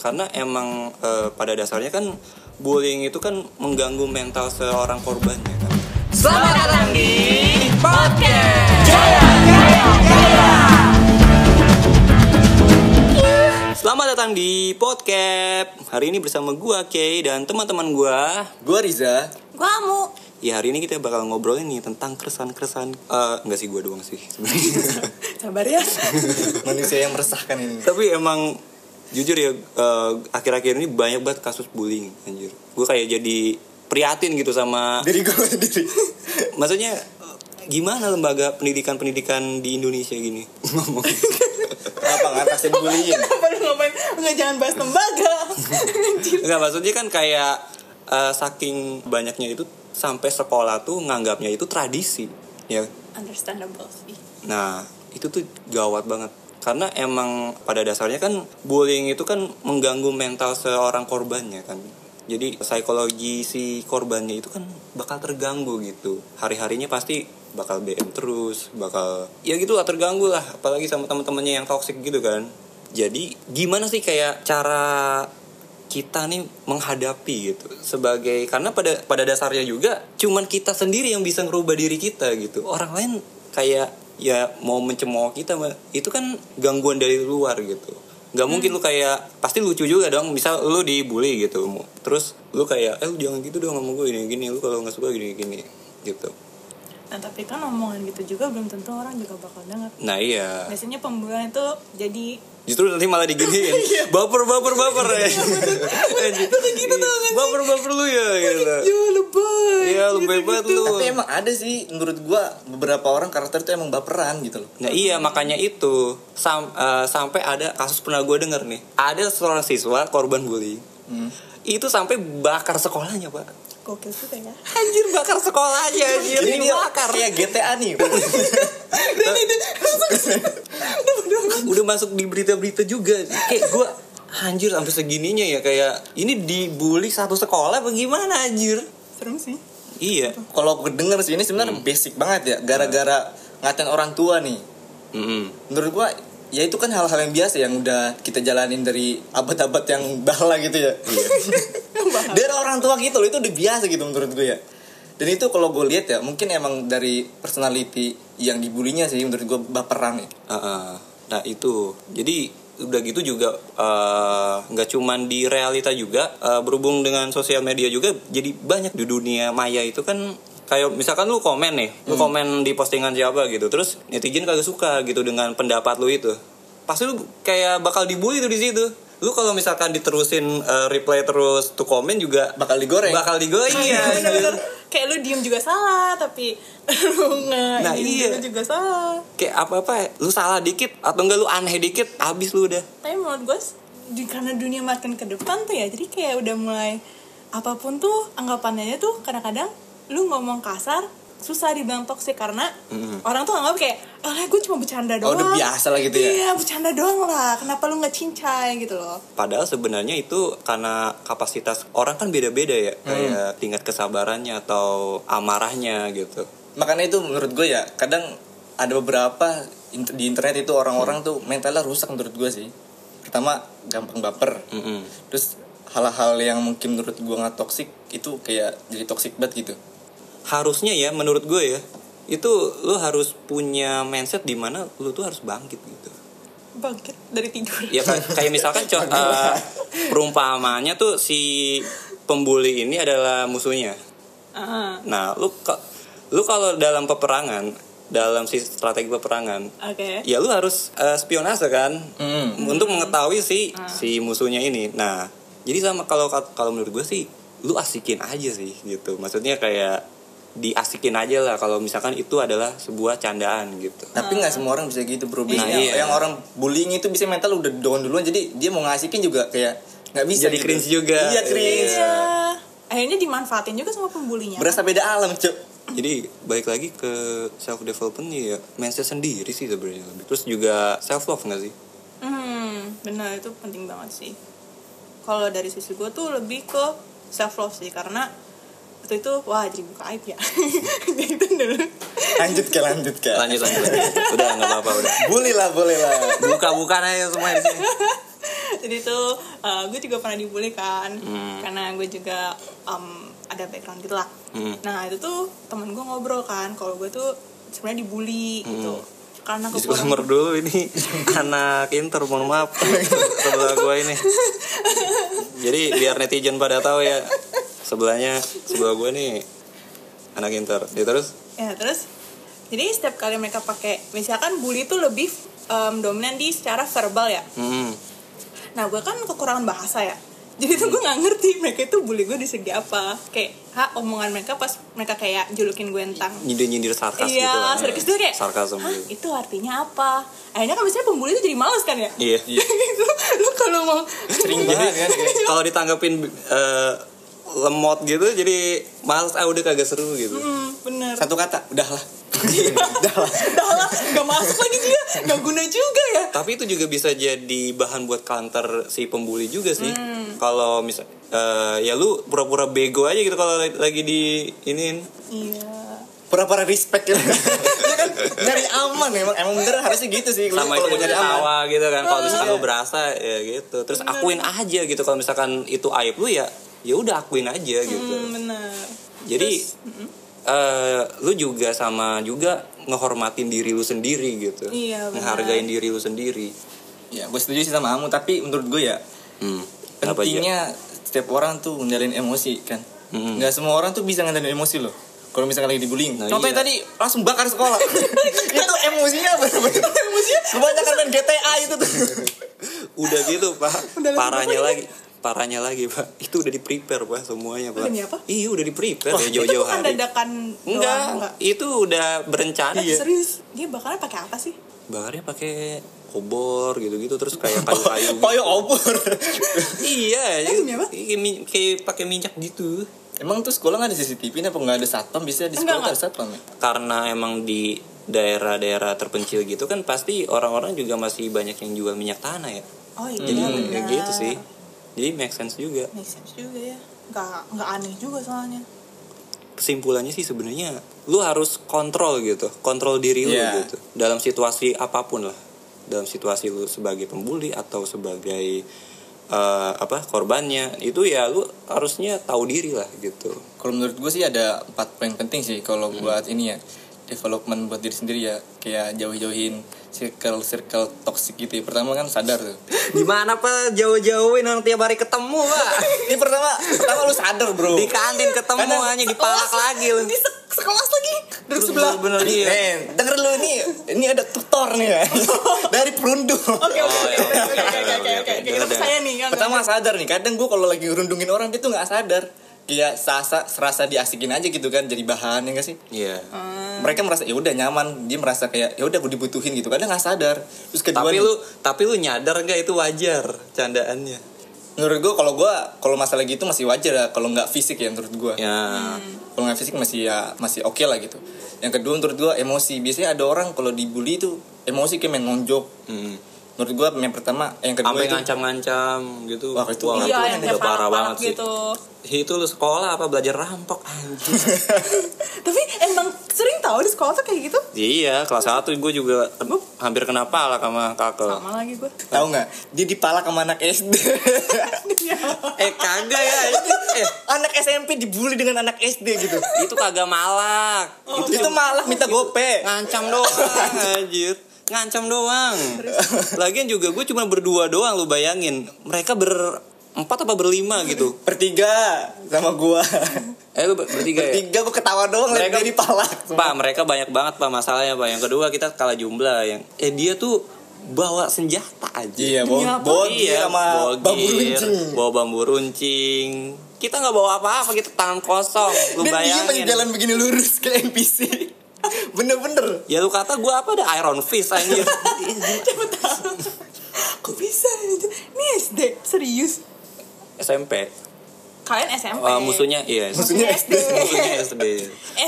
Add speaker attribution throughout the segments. Speaker 1: karena emang eh, pada dasarnya kan bullying itu kan mengganggu mental seorang korbannya kan.
Speaker 2: Selamat datang di podcast.
Speaker 1: Selamat datang di podcast. Hari ini bersama gua Kay dan teman-teman gua.
Speaker 3: Gua Riza.
Speaker 2: Gua Amu.
Speaker 1: Ya hari ini kita bakal ngobrolin nih tentang keresahan-keresahan eh enggak sih gua doang sih sebenarnya.
Speaker 2: Sabar ya.
Speaker 3: Manusia yang meresahkan ini.
Speaker 1: Tapi emang jujur ya eh, akhir-akhir ini banyak banget kasus bullying anjir. Gua kayak jadi prihatin gitu sama
Speaker 3: Diri gua gitu. sendiri.
Speaker 1: maksudnya eh, gimana lembaga pendidikan-pendidikan di Indonesia gini ngomong
Speaker 3: Apa ngatasin bullying?
Speaker 2: Kenapa lu ngapain? Enggak ya, jangan bahas lembaga. Anjir.
Speaker 1: Enggak maksudnya kan kayak eh, saking banyaknya itu sampai sekolah tuh nganggapnya itu tradisi ya
Speaker 2: Understandable sih.
Speaker 1: nah itu tuh gawat banget karena emang pada dasarnya kan bullying itu kan mengganggu mental seorang korbannya kan jadi psikologi si korbannya itu kan bakal terganggu gitu hari harinya pasti bakal BM terus bakal ya gitu lah terganggu lah apalagi sama teman-temannya yang toksik gitu kan jadi gimana sih kayak cara kita nih menghadapi gitu sebagai karena pada pada dasarnya juga cuman kita sendiri yang bisa ngerubah diri kita gitu orang lain kayak ya mau mencemooh kita mah, itu kan gangguan dari luar gitu nggak mungkin lu kayak pasti lucu juga dong misal lu dibully gitu terus lu kayak eh lu jangan gitu dong ngomong gue gini gini lu kalau nggak suka gini gini gitu
Speaker 2: Nah tapi kan omongan gitu juga belum tentu orang juga bakal denger.
Speaker 1: nah iya
Speaker 2: Biasanya pembulan itu jadi
Speaker 1: Justru nanti malah diginiin Baper baper baper ya Baper baper lu ya gitu
Speaker 2: ya lebay.
Speaker 1: Iya lu bebat lu
Speaker 3: Tapi emang ada sih menurut gua beberapa orang karakter itu emang baperan gitu loh.
Speaker 1: Nah iya makanya itu Sam- eh, sampai ada kasus pernah gue denger nih ada seorang siswa korban bullying itu sampai bakar sekolahnya pak
Speaker 2: Gokil juga ya.
Speaker 1: anjir bakar sekolahnya anjir
Speaker 3: Jadi dia
Speaker 1: dibakar
Speaker 3: kayak GTA nih.
Speaker 1: udah masuk di berita-berita juga kayak gue anjir sampai segininya ya kayak ini dibully satu sekolah apa gimana anjir
Speaker 2: Serem sih.
Speaker 1: iya
Speaker 3: Kalau gue denger sih ini sebenarnya
Speaker 1: Hmm.
Speaker 3: basic banget ya gara-gara ngatain orang tua nih.
Speaker 1: Mm-mm.
Speaker 3: Menurut gua ya itu kan hal-hal yang biasa yang udah kita jalanin dari abad-abad yang bala gitu ya.
Speaker 1: Iya.
Speaker 3: dari orang tua gitu loh itu udah biasa gitu menurut gue ya dan itu kalau gue lihat ya mungkin emang dari personality yang dibulinya sih menurut gue baperan ya
Speaker 1: Heeh. Nah itu jadi udah gitu juga eh, nggak cuman di realita juga eh, berhubung dengan sosial media juga jadi banyak di dunia maya itu kan kayak misalkan lu komen nih lu komen di postingan siapa gitu terus netizen kagak suka gitu dengan pendapat lu itu pasti lu kayak bakal dibully tuh di situ lu kalau misalkan diterusin eh, reply terus tuh komen juga
Speaker 3: bakal digoreng
Speaker 1: bakal digoyang
Speaker 2: Iya,
Speaker 1: ya.
Speaker 2: Bener-bener. Kayak lu diem juga salah tapi lu nge
Speaker 1: Nah, iya.
Speaker 2: juga salah.
Speaker 1: kayak apa apa lu salah dikit atau enggak lu aneh dikit abis lu udah
Speaker 2: tapi menurut gue di karena dunia makin ke depan tuh ya jadi kayak udah mulai apapun tuh anggapannya tuh kadang-kadang lu ngomong kasar susah dibilang toksik karena orang tuh anggap kayak ah gue cuma bercanda doang
Speaker 3: Oh, udah biasa lah gitu ya.
Speaker 2: iya bercanda doang lah kenapa lu nggak cincai gitu loh
Speaker 1: Padahal sebenarnya itu karena kapasitas orang kan beda-beda ya, kayak tingkat kesabarannya atau amarahnya gitu.
Speaker 3: makanya itu menurut gue ya kadang ada beberapa int- di internet itu
Speaker 1: Hmm.
Speaker 3: orang-orang tuh mentalnya rusak menurut gue sih pertama gampang baper
Speaker 1: Mm-mm.
Speaker 3: terus hal-hal yang mungkin menurut gue nggak toksik itu kayak jadi toksik banget gitu
Speaker 1: Harusnya ya menurut gue ya, itu lu harus punya mindset di mana lu tuh harus bangkit gitu.
Speaker 2: bangkit dari tidur
Speaker 1: Ya kayak, kayak misalkan co- eh, perumpamannya tuh si pembuli ini adalah musuhnya.
Speaker 2: Ah,
Speaker 1: Nah, lu ka- lu kalau dalam peperangan, dalam si strategi peperangan,
Speaker 2: oke
Speaker 1: ya lu harus eh, spionase kan
Speaker 3: Hmm.
Speaker 1: untuk mengetahui si si musuhnya ini nah jadi sama kalau kalau menurut gue sih lu asikin aja sih gitu maksudnya kayak diasikin aja lah kalau misalkan itu adalah sebuah candaan gitu
Speaker 3: tapi nggak semua orang bisa gitu bro
Speaker 1: Nah,
Speaker 3: Biasanya
Speaker 1: iya.
Speaker 3: yang orang bullying itu bisa mental udah down duluan jadi dia mau ngasihin juga kayak nggak bisa
Speaker 1: Jadi
Speaker 3: gitu.
Speaker 1: cringe juga.
Speaker 3: iya cringe
Speaker 2: iya akhirnya dimanfaatin juga sama pembulinya
Speaker 3: berasa beda alam cok
Speaker 1: jadi balik lagi ke self development ya mindset sendiri sih sebenarnya lebih. terus juga self love nggak sih
Speaker 2: Hmm, benar itu penting banget sih. Kalau dari sisi gue tuh lebih ke self love sih karena waktu itu wah jadi buka aib ya. Jadi itu dulu.
Speaker 3: lanjut ke lanjut ke
Speaker 1: lanjut lanjut, lanjut. udah nggak apa-apa udah
Speaker 3: boleh lah boleh lah
Speaker 1: buka bukan aja semua di sini
Speaker 2: jadi tuh eh, gue juga pernah dibully kan
Speaker 1: Hmm.
Speaker 2: karena gue juga em, ada background gitu lah
Speaker 1: Hmm.
Speaker 2: nah itu tuh temen gue ngobrol kan kalau gue tuh sebenarnya dibully gitu
Speaker 1: Hmm.
Speaker 2: karena
Speaker 1: Disclaimer dulu ini anak inter mohon maaf sebelah gue ini. Jadi biar netizen pada tahu ya sebelahnya sebelah gue nih anak inter. Ya terus
Speaker 2: Ya terus jadi setiap kali mereka pakai misalkan bully tuh lebih em, dominan di secara verbal ya.
Speaker 1: hmm,
Speaker 2: Nah gue kan kekurangan bahasa ya. Jadi tuh gue nggak ngerti mereka itu bully gue di segi apa. Kayak ha omongan mereka pas mereka kayak julukin gue tentang
Speaker 1: nyindir-nyindir sarkas gitu.
Speaker 2: Iya,
Speaker 1: lah.
Speaker 2: sarkas tuh kayak
Speaker 1: sarkasm
Speaker 2: "Hah,
Speaker 1: gitu.
Speaker 2: itu artinya apa? Akhirnya kan biasanya pembuli itu jadi males kan ya?
Speaker 1: Iya.
Speaker 2: Lu- Lu kalau mau
Speaker 3: Sering banget kan kayak
Speaker 1: Kalau ditanggepin eh, lemot gitu jadi males ah udah kagak seru gitu.
Speaker 2: hmm, bener.
Speaker 3: satu kata udahlah
Speaker 2: Dah lah, gak masuk lagi dia, gak guna juga ya.
Speaker 1: Tapi itu juga bisa jadi bahan buat counter si pembuli juga sih.
Speaker 3: Hmm.
Speaker 1: Kalau misal eh, ya lu pura-pura bego aja gitu kalau lagi di iniin.
Speaker 2: Iya.
Speaker 3: pura-pura respect gitu. Dia kan nyari aman memang emang bener harusnya gitu sih Lu
Speaker 1: sama itu
Speaker 3: kalau mau nyari aman Iya.
Speaker 1: ketawa gitu kan kalau misalkan lu berasa ya gitu terus akuin aja gitu kalau misalkan itu aib lu ya ya udah akuin aja gitu
Speaker 2: Hmm, bener.
Speaker 1: jadi
Speaker 2: Terus,
Speaker 3: Hmm.
Speaker 1: eh, lu juga sama juga ngehormatin diri lu sendiri gitu
Speaker 2: Iya, benar.
Speaker 1: menghargain diri lu sendiri
Speaker 3: ya gue setuju sih sama kamu tapi menurut gue ya
Speaker 1: hmm. Kenapa, Ja?
Speaker 3: pentingnya setiap orang tuh ngendalin emosi kan
Speaker 1: Mm-mm.
Speaker 3: nggak semua orang tuh bisa ngendalin emosi loh kalau misalkan lagi dibullying
Speaker 1: Nah, iya.
Speaker 3: contohnya tadi langsung bakar sekolah itu emosinya bener-bener emosinya kebanyakan main GTA itu tuh
Speaker 1: udah gitu pak
Speaker 2: Udah langsung
Speaker 1: parahnya lagi parahnya lagi pak itu udah di prepare pak semuanya pak
Speaker 2: Demi apa?
Speaker 1: iya udah di prepare ya
Speaker 2: itu
Speaker 1: jauh-jauh
Speaker 2: bukan
Speaker 1: hari
Speaker 2: dadakan doang,
Speaker 1: enggak Iya. itu udah berencana
Speaker 2: Eh, serius dia bakalnya pakai apa sih
Speaker 1: bakarnya pakai obor gitu-gitu terus kayak kayu-kayu gitu.
Speaker 3: payung obor
Speaker 1: iya
Speaker 2: Eh, demi apa?
Speaker 1: kayak mi- kayak pakai minyak gitu
Speaker 3: emang tuh sekolah nggak ada CCTV nih apa nggak ada satpam bisa di
Speaker 2: Enggak,
Speaker 3: sekolah tuh ada satpam ya
Speaker 1: karena emang di daerah-daerah terpencil gitu kan pasti orang-orang juga masih banyak yang jual minyak tanah ya
Speaker 2: oh iya
Speaker 1: jadi
Speaker 2: benar.
Speaker 1: ya gitu sih jadi make sense juga
Speaker 2: make sense juga ya nggak nggak aneh juga soalnya
Speaker 1: kesimpulannya sih sebenarnya lu harus kontrol gitu kontrol diri lu
Speaker 3: Iya.
Speaker 1: gitu dalam situasi apapun lah dalam situasi lu sebagai pembuli atau sebagai eh, apa korbannya itu ya lu harusnya tahu diri lah gitu
Speaker 3: kalau menurut gue sih ada empat poin penting sih kalau buat ini ya development buat diri sendiri ya kayak jauh-jauhin circle circle toxic gitu ya. pertama kan sadar tuh
Speaker 1: gimana pak jauh-jauhin orang tiap hari ketemu pak
Speaker 3: ini pertama pertama lu sadar bro
Speaker 1: di kantin ketemu
Speaker 3: Kadang
Speaker 1: hanya dipalak lagi lu
Speaker 2: di se- sekelas lagi
Speaker 1: Terus bener-bener iya.
Speaker 3: Men, Eh, denger lu nih ini ada tutor nih ya dari perundung
Speaker 2: oke oke
Speaker 1: Oh, iya,
Speaker 2: oke oke
Speaker 1: iya,
Speaker 2: oke oke,
Speaker 1: iya,
Speaker 2: oke
Speaker 1: iya,
Speaker 2: oke
Speaker 1: iya,
Speaker 2: kita
Speaker 1: iya.
Speaker 2: percaya nih ya,
Speaker 3: pertama sadar nih kadang gue kalau lagi rundungin orang dia tuh nggak sadar kayak sasa serasa diasikin aja gitu kan jadi bahan ya gak sih
Speaker 1: Iya.
Speaker 3: mereka merasa ya udah nyaman dia merasa kayak ya udah gue dibutuhin gitu kadang nggak sadar terus kedua
Speaker 1: Tapi
Speaker 3: nih,
Speaker 1: lu tapi lu nyadar gak itu wajar candaannya?
Speaker 3: menurut gue kalau gue kalau masalah gitu masih wajar ya kalau nggak fisik ya menurut gue
Speaker 1: Ya.
Speaker 3: kalau nggak fisik masih ya masih oke lah gitu yang kedua menurut gue emosi biasanya ada orang kalau dibully itu emosi kayak main nonjok
Speaker 1: Hmm.
Speaker 3: menurut gue yang pertama yang kedua
Speaker 1: Sampai
Speaker 3: itu
Speaker 1: ngancam-ngancam gitu.
Speaker 3: Wah, itu
Speaker 2: iya
Speaker 1: itu
Speaker 2: yang
Speaker 1: udah
Speaker 2: kayak
Speaker 1: parah banget
Speaker 2: gitu.
Speaker 1: sih. Itu lu sekolah apa belajar rampok anjing.
Speaker 2: tapi emang sering tahu di sekolah tuh kayak gitu
Speaker 1: iya, kelas 1 gue juga aduh, hampir kena pala sama kakek.
Speaker 2: sama lagi gue
Speaker 3: tahu nggak dia dipalak sama anak SD
Speaker 1: eh kagak ya. Eh,
Speaker 3: anak SMP dibully dengan anak SD gitu
Speaker 1: itu kagak Oh, malak.
Speaker 3: itu, itu malah minta gope
Speaker 1: Ngancam doang anjir. Ngancam doang. Lagian juga gue cuma berdua doang lu bayangin. Mereka berempat apa berlima gitu.
Speaker 3: bertiga sama gua
Speaker 1: Eh lu ber- bertiga ya?
Speaker 3: bertiga gua ketawa doang liat
Speaker 1: Mereka-
Speaker 3: dia dipalak
Speaker 1: Pak, mereka banyak banget pak masalahnya pak. Yang kedua kita kalah jumlah yang eh dia tuh bawa senjata aja.
Speaker 3: iya bo
Speaker 2: Demi apa?
Speaker 3: bodi sama
Speaker 1: bawa
Speaker 3: bambu
Speaker 1: gear,
Speaker 3: runcing
Speaker 1: Bawa bambu runcing. Kita nggak bawa apa-apa, kita tangan kosong. Lu
Speaker 3: dan dia masih
Speaker 1: bayangin.
Speaker 3: jalan begini lurus ke NPC bener-bener
Speaker 1: Ya lu kata gue apa ada Iron Fist anjir.
Speaker 2: siapa tahu kok bisa gitu ini SD serius
Speaker 1: SMP.
Speaker 2: kalian SMP
Speaker 1: Eh, musuhnya iya.
Speaker 2: Musuhnya SD
Speaker 1: Musuhnya SD.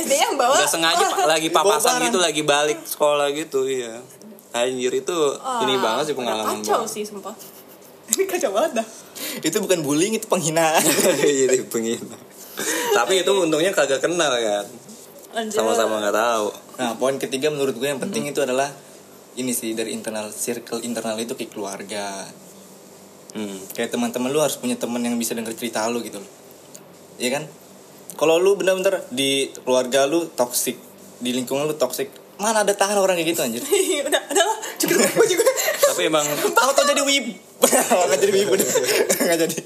Speaker 2: SD yang bawa
Speaker 1: Udah sengaja Pak, lagi papasan
Speaker 3: Bobaran.
Speaker 1: gitu, lagi balik sekolah gitu, iya. Anjir itu
Speaker 2: Wah,
Speaker 1: ini banget sih
Speaker 2: Ah, udah
Speaker 1: pengalaman.
Speaker 2: kacau
Speaker 1: banget.
Speaker 2: sih sumpah ini kacau banget dah
Speaker 3: itu bukan bullying itu penghinaan
Speaker 1: Jadi penghina. Tapi itu untungnya kagak kenal kan.
Speaker 2: Lanjut.
Speaker 1: Sama-sama nggak tahu.
Speaker 3: nah poin ketiga menurut gue yang penting itu adalah ini sih dari internal circle internal itu kayak keluarga
Speaker 1: Hmm.
Speaker 3: kayak teman-teman lu harus punya teman yang bisa denger cerita lu gitu loh Iya kan kalau lu bener-bener di keluarga lu toksik di lingkungan lu toksik mana ada tahan orang kayak gitu anjir
Speaker 2: udah udah lah cukup gue juga
Speaker 1: Tapi emang
Speaker 3: tahu tau jadi wib nggak jadi wibu deh nggak jadi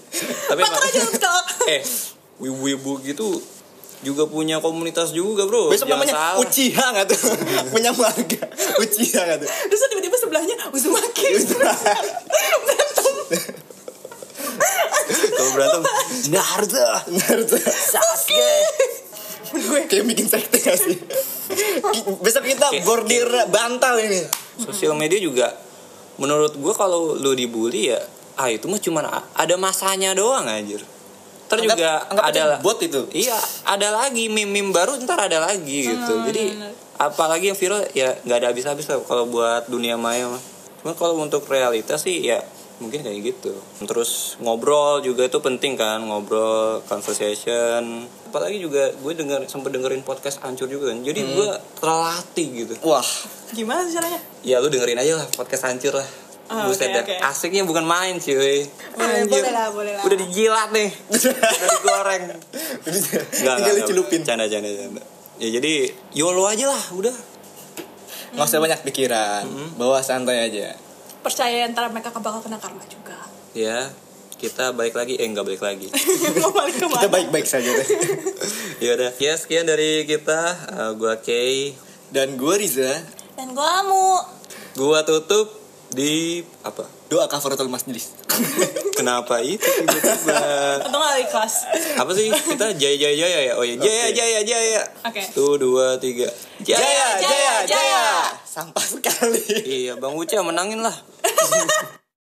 Speaker 1: tapi emang
Speaker 2: bakar aja lu ketawa
Speaker 1: eh wibu-wibu gitu juga punya komunitas juga, Bro.
Speaker 3: besok
Speaker 1: Jangan
Speaker 3: namanya
Speaker 1: salah.
Speaker 3: Uchiha nggak tuh punya keluarga Uchiha nggak tuh
Speaker 2: terus tiba-tiba sebelahnya Uzumaki berantem
Speaker 1: Kalau berantem Naruto,
Speaker 3: Naruto
Speaker 1: Sasuke.
Speaker 2: gue
Speaker 3: kayak bikin sekte nggak sih Ki- besok kita
Speaker 1: Kayak-
Speaker 3: bordir bantal ini
Speaker 1: Sosial media juga menurut gua kalau lu dibully ya ah itu mah cuman a- ada masanya doang anjir. Ntar
Speaker 3: Anggap-
Speaker 1: juga
Speaker 3: anggap aja
Speaker 1: ada
Speaker 3: bot itu.
Speaker 1: Iya, ada lagi meme-meme baru ntar ada lagi gitu.
Speaker 2: Hmm,
Speaker 1: Jadi
Speaker 2: bener.
Speaker 1: apalagi yang viral ya nggak ada habis-habis lah kalau buat dunia maya mah. Cuman kalau untuk realitas sih ya mungkin kayak gitu. Terus ngobrol juga itu penting kan, ngobrol, conversation. Apalagi juga gue denger sempet dengerin podcast hancur juga kan.
Speaker 2: Hmm.
Speaker 1: Jadi gue terlatih gitu.
Speaker 3: wah
Speaker 2: gimana sih caranya
Speaker 1: Ya lu dengerin aja lah podcast hancur lah.
Speaker 2: Oh,
Speaker 1: Buset
Speaker 2: oke,
Speaker 1: dah.
Speaker 2: oke. Ah,
Speaker 1: Asiknya bukan main cuy.
Speaker 2: Boleh,
Speaker 1: Anjir.
Speaker 2: boleh lah, boleh lah.
Speaker 1: Udah dijilat nih. Udah digoreng. Nggak,
Speaker 3: tinggal
Speaker 1: nggak, nggak.
Speaker 3: dicelupin
Speaker 1: Canda, canda, canda. Ya jadi YOLO aja lah udah. Mm-hmm.
Speaker 3: nggak usah banyak pikiran bawa santai aja
Speaker 2: percaya antara mereka bakal kena karma juga
Speaker 1: Ya kita balik lagi eh nggak balik lagi
Speaker 2: mau balik ke
Speaker 3: kita
Speaker 2: mana
Speaker 3: baik-baik saja deh
Speaker 1: ya udah ya sekian dari kita Eh, gua Kay
Speaker 3: dan gue Riza
Speaker 2: dan gue mau
Speaker 1: gua tutup di apa
Speaker 3: doa kafaratul masjid
Speaker 1: kenapa itu tiba-tiba
Speaker 2: atau nggak di kelas
Speaker 1: apa sih kita jaya jaya jaya ya oh ya jaya
Speaker 3: Oke.
Speaker 1: jaya jaya
Speaker 2: Oke.
Speaker 1: satu dua tiga
Speaker 2: Jaya, jaya, jaya.
Speaker 3: sampah sekali
Speaker 1: Iya, Bang Uca menangin lah.